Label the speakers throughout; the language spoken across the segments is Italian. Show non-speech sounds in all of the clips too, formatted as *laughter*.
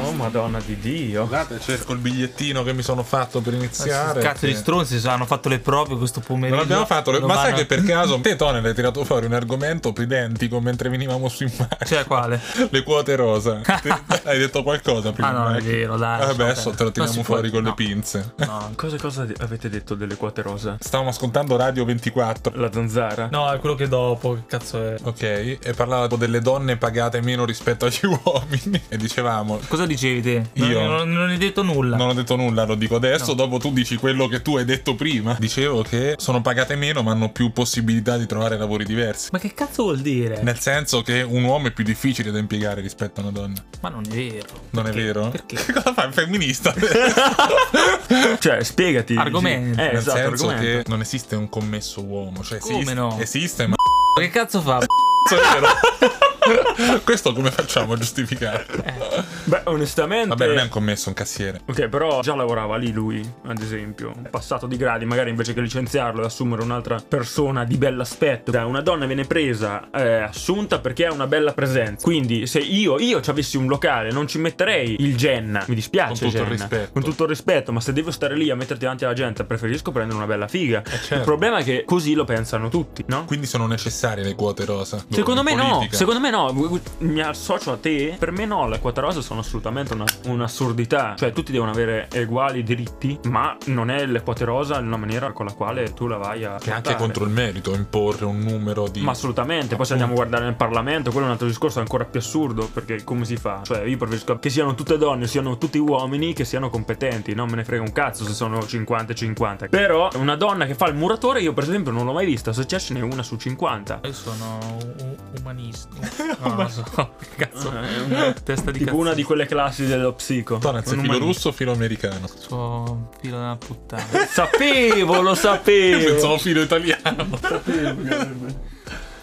Speaker 1: Oh, Madonna di Dio.
Speaker 2: Guardate, cerco il bigliettino che mi sono fatto per iniziare.
Speaker 3: Cazzo di
Speaker 2: Sì.
Speaker 3: stronzi, hanno fatto le prove questo pomeriggio.
Speaker 2: Non abbiamo fatto, le-
Speaker 3: Non
Speaker 2: ma sai
Speaker 3: vanno-
Speaker 2: che per caso te Tone l'hai tirato fuori un argomento identico mentre venivamo su in macchina.
Speaker 3: Cioè, quale?
Speaker 2: *laughs* Le quote rosa. Ti- hai detto qualcosa prima?
Speaker 3: Ah, no,
Speaker 2: in
Speaker 3: è
Speaker 2: macchina?
Speaker 3: vero, dai,
Speaker 2: Vabbè,
Speaker 3: lascia
Speaker 2: adesso te
Speaker 3: perdere.
Speaker 2: lo
Speaker 3: Non
Speaker 2: tiriamo
Speaker 3: si
Speaker 2: fuori
Speaker 3: può-
Speaker 2: con le
Speaker 3: no.
Speaker 2: pinze.
Speaker 1: *laughs* No, cosa, cosa di- avete detto delle quote rosa?
Speaker 2: Stavamo ascoltando Radio 24.
Speaker 1: La zanzara?
Speaker 3: No, è quello che dopo, che cazzo è?
Speaker 2: Ok, e parlavo delle donne pagate meno rispetto agli *laughs* uomini. E dicevamo.
Speaker 3: Cosa dicevi te? Non-
Speaker 2: Io?
Speaker 3: Non, non hai detto nulla.
Speaker 2: Non ho detto nulla, lo dico adesso. Dopo tu dici quello che tu hai detto prima. Dicevo che sono pagate meno, ma hanno più possibilità di trovare lavori diversi.
Speaker 3: Ma che cazzo vuol dire?
Speaker 2: Nel senso che un uomo è più difficile da impiegare rispetto a una donna.
Speaker 3: Ma non è vero.
Speaker 1: *laughs*
Speaker 2: Non è vero?
Speaker 3: Perché?
Speaker 2: Che *laughs* cosa fa il femminista?
Speaker 1: Cioè, spiegati.
Speaker 3: Argomento.
Speaker 1: Gigi. Eh,
Speaker 2: Nel
Speaker 1: esatto,
Speaker 2: senso
Speaker 1: argomento.
Speaker 2: che non esiste un commesso uomo. Cioè,
Speaker 3: Come
Speaker 2: esiste,
Speaker 3: no?
Speaker 2: esiste, ma *laughs*
Speaker 3: Ma che cazzo
Speaker 1: *laughs*
Speaker 3: fa?
Speaker 2: cazzo è vero. Questo come facciamo a giustificare?
Speaker 3: Eh,
Speaker 1: Beh, onestamente.
Speaker 2: Vabbè, non è un commesso, un cassiere.
Speaker 1: Ok, però già lavorava lì lui, ad esempio. Passato di gradi, magari invece che licenziarlo e assumere un'altra persona di bell'aspetto. da Una donna viene presa, eh, assunta perché ha una bella presenza. Quindi, se io, io ci avessi un locale, non ci metterei il Jenna. Mi dispiace.
Speaker 2: Con tutto il
Speaker 1: Jenna.
Speaker 2: rispetto.
Speaker 1: Con tutto il rispetto, ma se devo stare lì a metterti davanti alla gente, preferisco prendere una bella figa.
Speaker 2: certo.
Speaker 1: Il problema è che così lo pensano tutti, no?
Speaker 2: Quindi sono necessarie le quote rosa.
Speaker 1: Secondo me
Speaker 2: In
Speaker 1: no,
Speaker 2: Boh, politica.
Speaker 1: secondo me no, gu- gu- mi associo a te, per me no, le quattro rose sono assolutamente una- un'assurdità, cioè tutti devono avere uguali diritti, ma non è le quote rosa la maniera con la quale tu la vai a...
Speaker 2: Che è anche contro il merito imporre un numero di.
Speaker 1: Ma assolutamente, poi se andiamo a guardare nel Parlamento, quello è un altro discorso ancora più assurdo, perché come si fa? Cioè io preferisco che siano tutte donne, siano tutti uomini, che siano competenti, non me ne frega un cazzo se sono 50 e 50. Però una donna che fa il muratore io per esempio non l'ho mai vista, se c'è ce n'è una su 50.
Speaker 3: Io sono u- umanista.
Speaker 1: *laughs*
Speaker 3: No, non so. *laughs* Che cazzo? Testa di
Speaker 1: Eh, Tipo
Speaker 3: cazzo.
Speaker 1: una di quelle classi dello psico.
Speaker 2: Tonez,
Speaker 1: Un
Speaker 2: filo
Speaker 1: umanista. *laughs*
Speaker 2: russo o filo americano?
Speaker 3: Suo filo della puttana.
Speaker 1: Sapevo, lo sapevo.
Speaker 2: Io
Speaker 1: *laughs*
Speaker 2: pensavo filo italiano.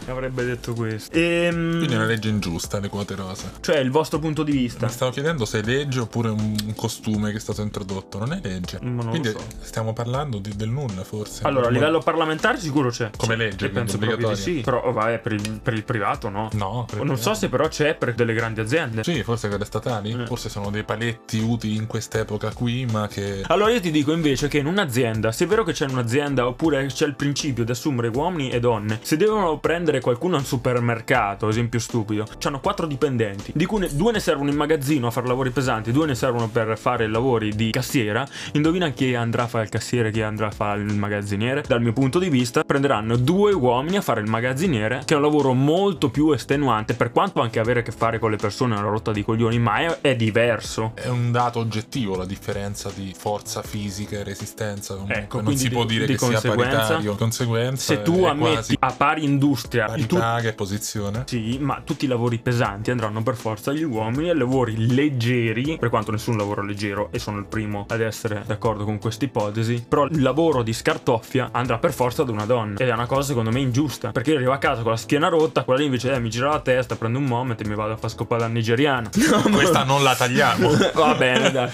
Speaker 1: Avrebbe detto questo. Ehm,
Speaker 2: Quindi è una legge ingiusta, le quote rosa.
Speaker 1: cioè, il vostro punto di vista.
Speaker 2: Mi stavo chiedendo se è legge oppure un un costume che è stato introdotto. Non è legge.
Speaker 1: Ma non lo
Speaker 2: Quindi
Speaker 1: so.
Speaker 2: stiamo parlando di- del nulla, forse.
Speaker 1: Allora, a
Speaker 2: Come-
Speaker 1: livello parlamentare sicuro c'è.
Speaker 2: Come legge,
Speaker 1: E
Speaker 2: quindi,
Speaker 1: penso proprio di
Speaker 2: obbligatoria.
Speaker 1: sì. Però, oh, vabbè, per il, per il privato no.
Speaker 2: No, per-
Speaker 1: Non so se però c'è per delle grandi aziende.
Speaker 2: Sì, forse quelle statali.
Speaker 1: Eh.
Speaker 2: Forse sono dei paletti utili in quest'epoca qui, ma che.
Speaker 1: *laughs* Allora io ti dico invece che in un'azienda, se è vero che c'è in un'azienda oppure c'è il principio di assumere uomini e donne, se devono prendere qualcuno al supermercato, esempio stupido, hanno quattro dipendenti, di cui ne- due ne servono in magazzino a fare lavori pesanti, due ne servono per fare lavori di cassiera, indovina chi andrà a fare il cassiere, chi andrà a fare il magazziniere? Dal mio punto di vista prenderanno due uomini a fare il magazziniere, che è un lavoro molto più estenuante, per quanto anche avere a che fare con le persone è una rotta di coglioni, ma è- è diverso.
Speaker 2: È un dato oggettivo la differenza di forza fisica e resistenza. Comunque.
Speaker 1: Ecco,
Speaker 2: non
Speaker 1: quindi
Speaker 2: si
Speaker 1: di-
Speaker 2: può dire
Speaker 1: di
Speaker 2: che sia
Speaker 1: conseguenza-
Speaker 2: paritario. Di Conseguenza,
Speaker 1: Se tu
Speaker 2: è
Speaker 1: ammetti
Speaker 2: quasi
Speaker 1: a pari industria il tu-
Speaker 2: parità che posizione.
Speaker 1: *laughs* Sì, ma tutti i lavori pesanti andranno per forza agli uomini e lavori leggeri, per quanto nessun lavoro è leggero, e sono il primo ad essere d'accordo con questa ipotesi, però il lavoro di scartoffia andrà per forza ad una donna. Ed è una cosa secondo me ingiusta, perché io arrivo a casa con la schiena rotta, quella lì invece eh, mi gira la testa, prendo un moment e mi vado a far scopare la nigeriana.
Speaker 2: Questa non la tagliamo.
Speaker 1: *laughs*
Speaker 2: *laughs*
Speaker 1: Va bene, dai.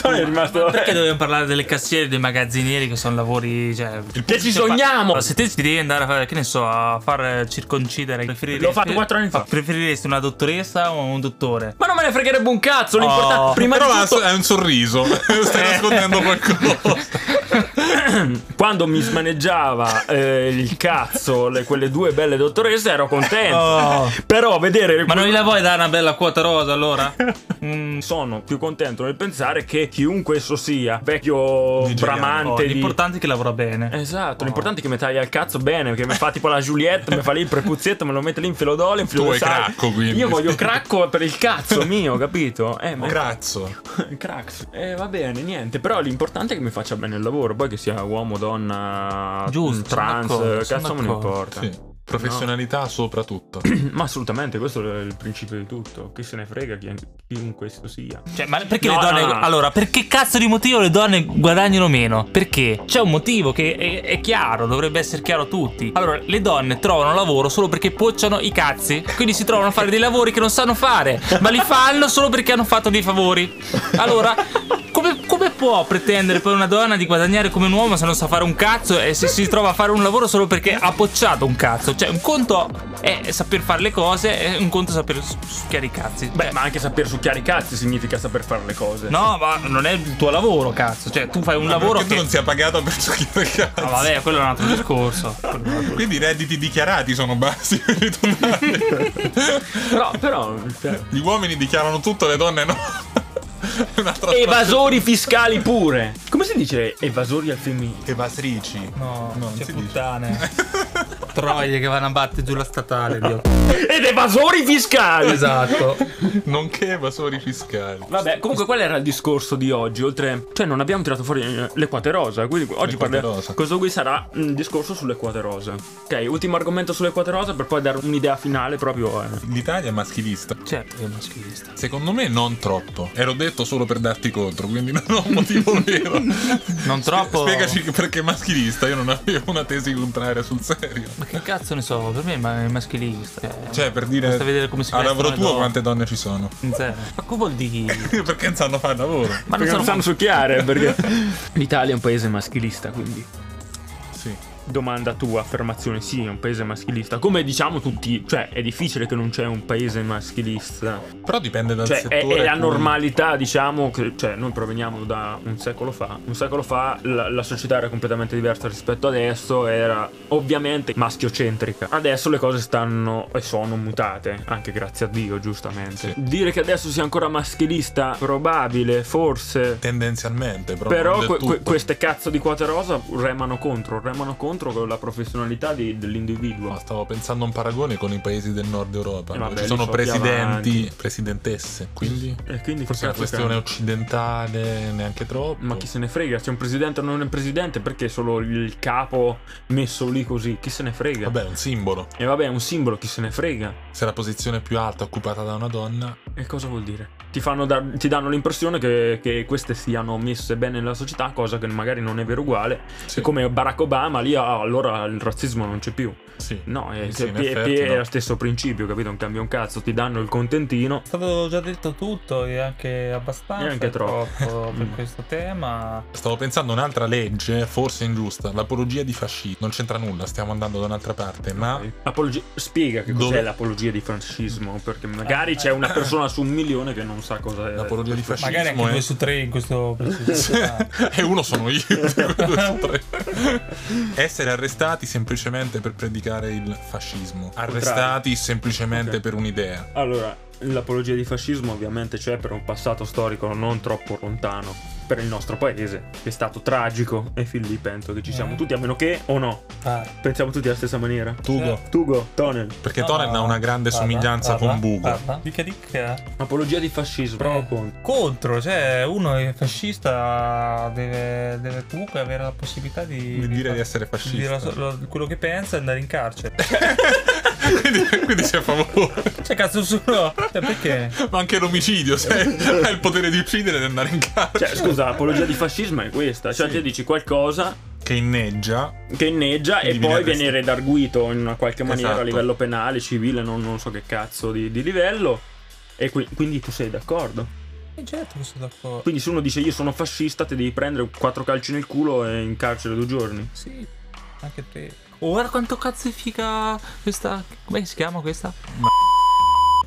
Speaker 1: Poi è rimasto...
Speaker 3: Perché dobbiamo parlare delle cassiere e dei magazzinieri che sono lavori. Cioè.
Speaker 1: Che ci sogniamo!
Speaker 3: Se te ti devi andare a fare, che ne so, a far eh, circoncidere. Preferiresti...
Speaker 1: L'ho fatto quattro anni fa.
Speaker 3: Preferiresti una dottoressa o un dottore?
Speaker 1: Ma non me ne fregherebbe un cazzo, l'importante...
Speaker 3: Oh,
Speaker 1: prima
Speaker 2: Però
Speaker 1: di
Speaker 2: ha-
Speaker 1: tutto... Eh.
Speaker 2: è un sorriso. *laughs* Stai
Speaker 1: *laughs*
Speaker 2: nascondendo qualcosa.
Speaker 1: *coughs* quando mi smaneggiava eh, il cazzo le- quelle due belle dottoresse ero contento
Speaker 3: Oh.
Speaker 1: però vedere
Speaker 3: Ma non gliela vuoi dare una bella quota rosa
Speaker 1: *laughs*
Speaker 3: allora? Mm,
Speaker 1: sono più contento nel pensare che chiunque esso sia
Speaker 2: Nigeriano.
Speaker 1: vecchio
Speaker 3: no,
Speaker 1: bramante di
Speaker 3: oh, l'importante è che lavora bene.
Speaker 1: Esatto, l'importante è che mi taglia il cazzo bene, che mi fa tipo la Juliette, mi fa lì il prepuzietto, me lo mette lì in filo d'olio, in filo
Speaker 2: Tu vuoi
Speaker 1: di sale.
Speaker 2: cracco, quindi.
Speaker 1: Io voglio cracco per il cazzo mio, capito? Eh, ma
Speaker 2: Grazzo.
Speaker 1: *laughs* Crax. Eh, va bene, niente. Però l'importante è che mi faccia bene il lavoro. Poi che sia uomo, donna,
Speaker 3: Giusto,
Speaker 1: trans,
Speaker 3: sono d'accordo,
Speaker 1: cazzo
Speaker 3: sono
Speaker 1: non
Speaker 3: d'accordo.
Speaker 1: importa.
Speaker 2: Sì. Professionalità soprattutto.
Speaker 1: *clears throat* Ma assolutamente, questo è il principio di tutto. Chi se ne frega, chi- chiunque esso sia.
Speaker 3: Cioè, ma perché
Speaker 1: No,
Speaker 3: le donne.
Speaker 1: no, no.
Speaker 3: Allora, perché cazzo di motivo le donne guadagnano meno? Perché c'è un motivo che è, è chiaro, dovrebbe essere chiaro a tutti. Allora, le donne trovano lavoro solo perché pocciano i cazzi. Quindi si trovano a fare dei lavori che non sanno fare, ma li fanno solo perché hanno fatto dei favori. Allora, come, come può pretendere per una donna di guadagnare come un uomo se non sa fare un cazzo e se si trova a fare un lavoro solo perché ha pocciato un cazzo. Cioè, un conto è saper fare le cose e un conto è saper s- succhiare i cazzi.
Speaker 1: Beh, ma anche saper succhiare i cazzi significa saper fare le cose.
Speaker 3: No, ma non è il tuo lavoro, cazzo. Cioè, tu fai un lavoro
Speaker 2: Perché
Speaker 3: che...
Speaker 2: tu non sia pagato per succhiare *laughs* il cazzo.
Speaker 3: Ah, vabbè, quello è un
Speaker 2: *laughs*
Speaker 3: altro discorso.
Speaker 2: Quindi i redditi dichiarati sono bassi per
Speaker 1: *laughs*
Speaker 2: ritornare.
Speaker 1: *laughs* Però, però. cioè,
Speaker 2: Gli uomini dichiarano tutto, le donne no. *laughs* È Un'altra
Speaker 1: Evasori fiscali pure. Come si dice evasori al femminile?
Speaker 2: Evasrici.
Speaker 3: No,
Speaker 2: non
Speaker 3: c'è
Speaker 2: si *laughs*
Speaker 3: puttane. Troie che vanno a battere giù la statale, *laughs* Dio.
Speaker 1: Ed evasori *laughs* fiscali!
Speaker 3: Esatto.
Speaker 2: Nonché evasori fiscali.
Speaker 1: Vabbè, comunque quello era il discorso di oggi, oltre... Cioè non abbiamo tirato fuori eh, le quote rosa, quindi
Speaker 2: quote
Speaker 1: oggi parleremo...
Speaker 2: rosa.
Speaker 1: Questo qui sarà un discorso sulle quote rosa. Ok, ultimo argomento sulle quote rosa per poi dare un'idea finale proprio... eh.
Speaker 2: L'Italia è maschilista.
Speaker 3: Certo, che è maschilista.
Speaker 2: Secondo me non troppo. Ero detto solo per darti contro, quindi non ho un motivo vero.
Speaker 3: Non troppo.
Speaker 2: Spiegaci perché maschilista, io non avevo una tesi contraria sul serio.
Speaker 3: Ma che cazzo ne so, per me è ma- è maschilista. Cioè,
Speaker 2: Cioè, per dire
Speaker 3: Basta vedere come si
Speaker 2: al
Speaker 3: vestono
Speaker 2: lavoro
Speaker 3: le
Speaker 2: tuo
Speaker 3: donne.
Speaker 2: quante donne ci sono. *laughs*
Speaker 3: zero. Ma come vuol dire?
Speaker 2: perché non sanno fare il lavoro?
Speaker 3: Ma non
Speaker 1: Perché
Speaker 3: sono
Speaker 1: non sanno *laughs* succhiare, perché... L'Italia è un paese maschilista, quindi...
Speaker 2: Sì.
Speaker 1: Domanda tua, affermazione, sì, è un paese maschilista. Come diciamo tutti, cioè è difficile che non c'è un paese maschilista.
Speaker 2: Però dipende dal
Speaker 1: Cioè, è,
Speaker 2: settore.
Speaker 1: è la
Speaker 2: cui-
Speaker 1: normalità, diciamo, che cioè, noi proveniamo da un secolo fa. Un secolo fa la, la società era completamente diversa rispetto adesso, era ovviamente maschiocentrica. Adesso le cose stanno e sono mutate, anche grazie a Dio, giustamente.
Speaker 2: Sì.
Speaker 1: Dire che adesso sia ancora maschilista, probabile, forse.
Speaker 2: Tendenzialmente, però.
Speaker 1: Però
Speaker 2: non del
Speaker 1: que- que-
Speaker 2: tutto.
Speaker 1: queste cazzo di quote rosa remano contro, remano contro con la professionalità di- dell'individuo.
Speaker 2: No, Stavo pensando a un paragone con i paesi del nord Europa. dove
Speaker 1: Eh, vabbè,
Speaker 2: ci
Speaker 1: lì
Speaker 2: sono
Speaker 1: sono
Speaker 2: presidenti,
Speaker 1: avanti.
Speaker 2: presidentesse. Quindi.
Speaker 1: E quindi
Speaker 2: Forse è una
Speaker 1: cazzo
Speaker 2: questione
Speaker 1: cambia?
Speaker 2: occidentale, neanche troppo.
Speaker 1: Ma chi se ne frega? C'è un presidente o non è un presidente? Perché solo il capo messo lì così? Chi se ne frega?
Speaker 2: Vabbè, è un simbolo.
Speaker 1: E vabbè, è un simbolo, chi se ne frega?
Speaker 2: Se la posizione più alta è occupata da una donna,
Speaker 1: E cosa vuol dire? Ti, fanno dar- ti danno l'impressione che, che queste siano messe bene nella società, cosa che magari non è vero uguale.
Speaker 2: sì,
Speaker 1: E come Barack Obama lì, ah, allora il razzismo non c'è più.
Speaker 2: sì.
Speaker 1: No, è,
Speaker 2: Sì, in
Speaker 1: è-
Speaker 2: effetti
Speaker 1: è- è
Speaker 2: no.
Speaker 1: lo stesso principio, capito? Non cambia un cazzo, ti danno il contentino.
Speaker 3: È stato già detto tutto e anche abbastanza
Speaker 1: E anche troppo.
Speaker 3: per
Speaker 1: Mm.
Speaker 3: questo tema.
Speaker 2: Stavo pensando a un'altra legge, forse ingiusta, l'apologia di fascismo. Non c'entra nulla, stiamo andando da un'altra parte, ma
Speaker 1: Apologi- spiega che
Speaker 2: Dove-
Speaker 1: cos'è l'apologia di fascismo, perché magari c'è
Speaker 2: *laughs*
Speaker 1: una persona su un milione che non sa cosa è.
Speaker 2: l'apologia di fascismo
Speaker 3: Magari anche
Speaker 2: è...
Speaker 3: due su tre
Speaker 2: *laughs*
Speaker 3: in questo
Speaker 2: *laughs*
Speaker 3: Ah,
Speaker 2: e uno sono
Speaker 1: *laughs*
Speaker 2: io. *laughs* Due su tre. Essere arrestati semplicemente per predicare il fascismo. Arrestati semplicemente
Speaker 1: Ok.
Speaker 2: per un'idea.
Speaker 1: Allora, l'apologia di fascismo ovviamente c'è per un passato storico non troppo lontano per il nostro paese, che è stato tragico e fin lì penso che ci siamo
Speaker 3: Eh.
Speaker 1: tutti, a meno che o no, pensiamo tutti alla stessa maniera.
Speaker 2: Tugo.
Speaker 3: Sì.
Speaker 1: Tugo, Tonel,
Speaker 2: Perché Toren ha una grande somiglianza con Bugo.
Speaker 1: Ah,
Speaker 3: Dica dica.
Speaker 1: apologia di fascismo.
Speaker 3: Eh, contro, cioè uno è fascista deve, deve comunque avere la possibilità di,
Speaker 2: Di dire
Speaker 3: fa-
Speaker 2: di essere fascista.
Speaker 3: di dire la so- lo- quello che pensa e andare in
Speaker 2: *laughs*
Speaker 3: carcere. *laughs*
Speaker 2: quindi, quindi sei a favore.
Speaker 3: Cioè cazzo sono. Cioè perché?
Speaker 2: *laughs* Ma anche l'omicidio, se hai il potere di uccidere e andare in carcere.
Speaker 1: Cioè, scusa, l'apologia di fascismo è questa, cioè
Speaker 2: Sì.
Speaker 1: te dici qualcosa
Speaker 2: Che inneggia
Speaker 1: che inneggia e
Speaker 2: Quindi viene
Speaker 1: poi viene
Speaker 2: arrestato.
Speaker 1: redarguito in una qualche maniera
Speaker 2: Esatto.
Speaker 1: a livello penale, civile, non, non so che cazzo di, di livello. E qui- quindi tu sei d'accordo?
Speaker 3: Eh, certo che sono d'accordo.
Speaker 1: Quindi se uno dice io sono fascista, ti devi prendere quattro calci nel culo e in carcere due giorni.
Speaker 3: Sì, anche te. Oh, guarda quanto cazzo è figa questa. Come si chiama questa?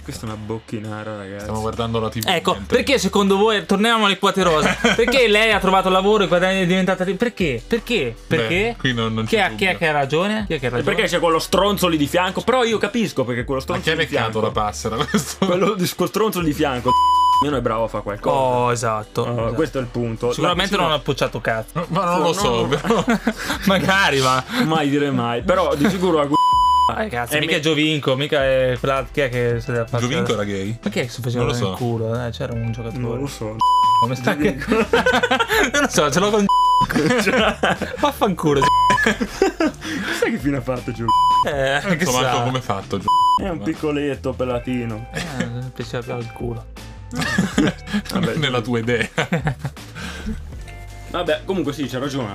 Speaker 1: Questa è una bocchinara,
Speaker 2: Stiamo
Speaker 1: ragazzi.
Speaker 2: guardando la TV.
Speaker 3: Ecco,
Speaker 2: mentre-
Speaker 3: perché secondo voi torniamo alle quote rosa? perché lei ha trovato lavoro e guadagna è diventata ri- perché? Perché?
Speaker 2: Beh,
Speaker 3: Perché?
Speaker 2: qui non, non
Speaker 3: chi,
Speaker 2: c'è
Speaker 3: ha, chi è
Speaker 2: dubbio.
Speaker 3: che ha ragione? Chi è che ha
Speaker 1: E
Speaker 3: ragione?
Speaker 1: perché c'è quello stronzo lì di fianco? Però io capisco perché quello
Speaker 2: Ma
Speaker 1: stronzo
Speaker 2: chi ha
Speaker 1: lì di
Speaker 2: beccato
Speaker 1: fianco.
Speaker 2: la passera? Questo
Speaker 1: Quello di- quello stronzo lì di fianco. *laughs* Almeno è bravo a fare qualcosa.
Speaker 3: Oh, esatto.
Speaker 1: Oh,
Speaker 2: cioè,
Speaker 3: esatto.
Speaker 1: Questo è il punto.
Speaker 3: Sicuramente non
Speaker 1: ho
Speaker 3: ha appoggiato cazzo.
Speaker 2: No, *laughs*
Speaker 3: *laughs*
Speaker 2: Ma non lo
Speaker 1: No,
Speaker 2: so,
Speaker 1: no. *laughs*
Speaker 2: però.
Speaker 3: Magari, ma.
Speaker 1: mai dire mai. Però di sicuro
Speaker 2: *laughs*
Speaker 1: la gu-
Speaker 3: Eh, cazzo,
Speaker 1: Eh,
Speaker 3: mica
Speaker 1: mi-
Speaker 3: è Giovinco, mica è. quella- Chi è che si deve fare?
Speaker 2: Giovinco era gay?
Speaker 3: Ma chi è che si faceva
Speaker 2: Non lo so.
Speaker 3: il culo? Eh, c'era un giocatore.
Speaker 1: Non lo so.
Speaker 3: Come sta che. *laughs* non lo so, ce
Speaker 2: *laughs*
Speaker 3: l'ho con.
Speaker 1: *laughs*
Speaker 3: Vaffanculo.
Speaker 1: Chissà che fine ha fatto giù.
Speaker 3: Eh, che
Speaker 2: Insomma,
Speaker 3: sa.
Speaker 2: anche Ecco, come è fatto. Gio-
Speaker 1: È un piccoletto pelatino.
Speaker 3: Eh, piaceva il culo.
Speaker 1: *laughs* Vabbè.
Speaker 2: Nella tua idea.
Speaker 1: Vabbè, comunque sì, c'è ragione.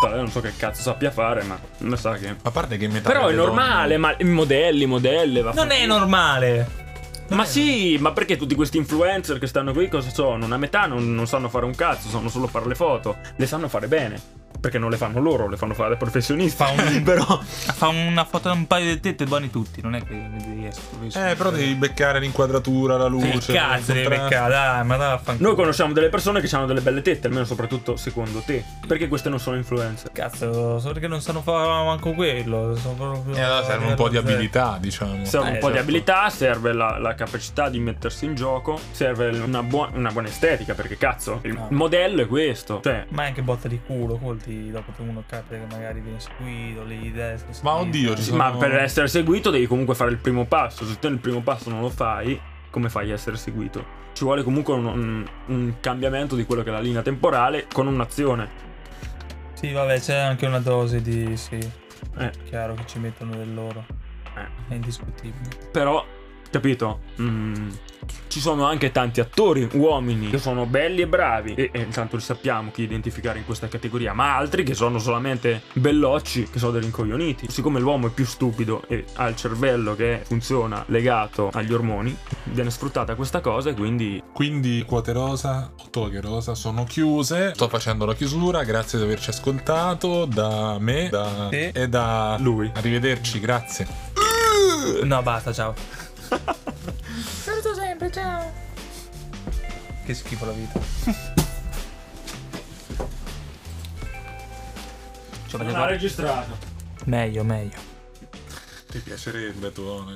Speaker 1: *laughs* Lei Non so che cazzo sappia fare, ma non sa che.
Speaker 2: A parte che metà.
Speaker 1: Però è
Speaker 2: delle donne-
Speaker 1: normale, ma i modelli, modelle, va
Speaker 3: Non è normale.
Speaker 1: Ma sì, ma perché tutti questi influencer che stanno qui cosa sono? Una metà non, non sanno fare un cazzo, sanno solo fare le foto. Le sanno fare bene. Perché non le fanno loro, le fanno fare professionisti.
Speaker 3: Fa un-
Speaker 1: *laughs* Però
Speaker 3: Fa una foto un paio di tette buoni tutti, non è che ne devi essere.
Speaker 2: Eh, però devi beccare l'inquadratura, la
Speaker 3: Che
Speaker 2: luce.
Speaker 3: Eh, cazzo
Speaker 2: il
Speaker 3: devi
Speaker 2: contrasto.
Speaker 3: beccare, dai, ma dai, fanculo.
Speaker 1: noi conosciamo delle persone che hanno delle belle tette, almeno soprattutto secondo te. Perché queste non sono influencer?
Speaker 3: Cazzo, solo perché non sanno fare manco quello. Sono proprio...
Speaker 2: E Eh, allora serve un po' di abilità, diciamo.
Speaker 1: Serve
Speaker 3: Eh,
Speaker 1: un po' di
Speaker 3: certo.
Speaker 1: abilità, serve la, la capacità di mettersi in gioco, serve una, buo- una buona estetica, perché cazzo, il
Speaker 3: No.
Speaker 1: modello è questo. Cioè,
Speaker 3: Ma è anche botta di culo, colti dopo che uno capita che magari viene seguito, le idee. sono seguite.
Speaker 2: Ma oddio, ci
Speaker 1: Sì,
Speaker 2: sono...
Speaker 1: Ma per essere seguito devi comunque fare il primo passo. Se tu il primo passo non lo fai, come fai a essere seguito? Ci vuole comunque un, un- un cambiamento di quello che è la linea temporale con un'azione.
Speaker 3: Sì, vabbè, c'è anche una dose di... Sì,
Speaker 1: Eh,
Speaker 3: chiaro che ci mettono del loro.
Speaker 1: eh.
Speaker 3: È indiscutibile.
Speaker 1: Però, capito? Mm, ci sono anche tanti attori, uomini, che sono belli e bravi. E, e intanto li sappiamo chi identificare in questa categoria. Ma altri che sono solamente bellocci, che sono dei rincoglioniti. Siccome l'uomo è più stupido e ha il cervello che funziona legato agli ormoni, viene sfruttata questa cosa e quindi
Speaker 2: Quindi Quote Rosa o Toghe Rosa sono chiuse. Sto facendo la chiusura, grazie di averci ascoltato da me da-
Speaker 3: Sì.
Speaker 2: e da
Speaker 1: lui.
Speaker 2: Arrivederci, grazie. Eh.
Speaker 3: No,
Speaker 2: *laughs*
Speaker 3: basta, ciao. Saluto sempre, ciao. Che schifo la vita. Cioè,
Speaker 1: Non
Speaker 3: perché
Speaker 1: ha
Speaker 3: guarda-
Speaker 1: registrato.
Speaker 3: Meglio, meglio.
Speaker 2: Ti piacerebbe tu?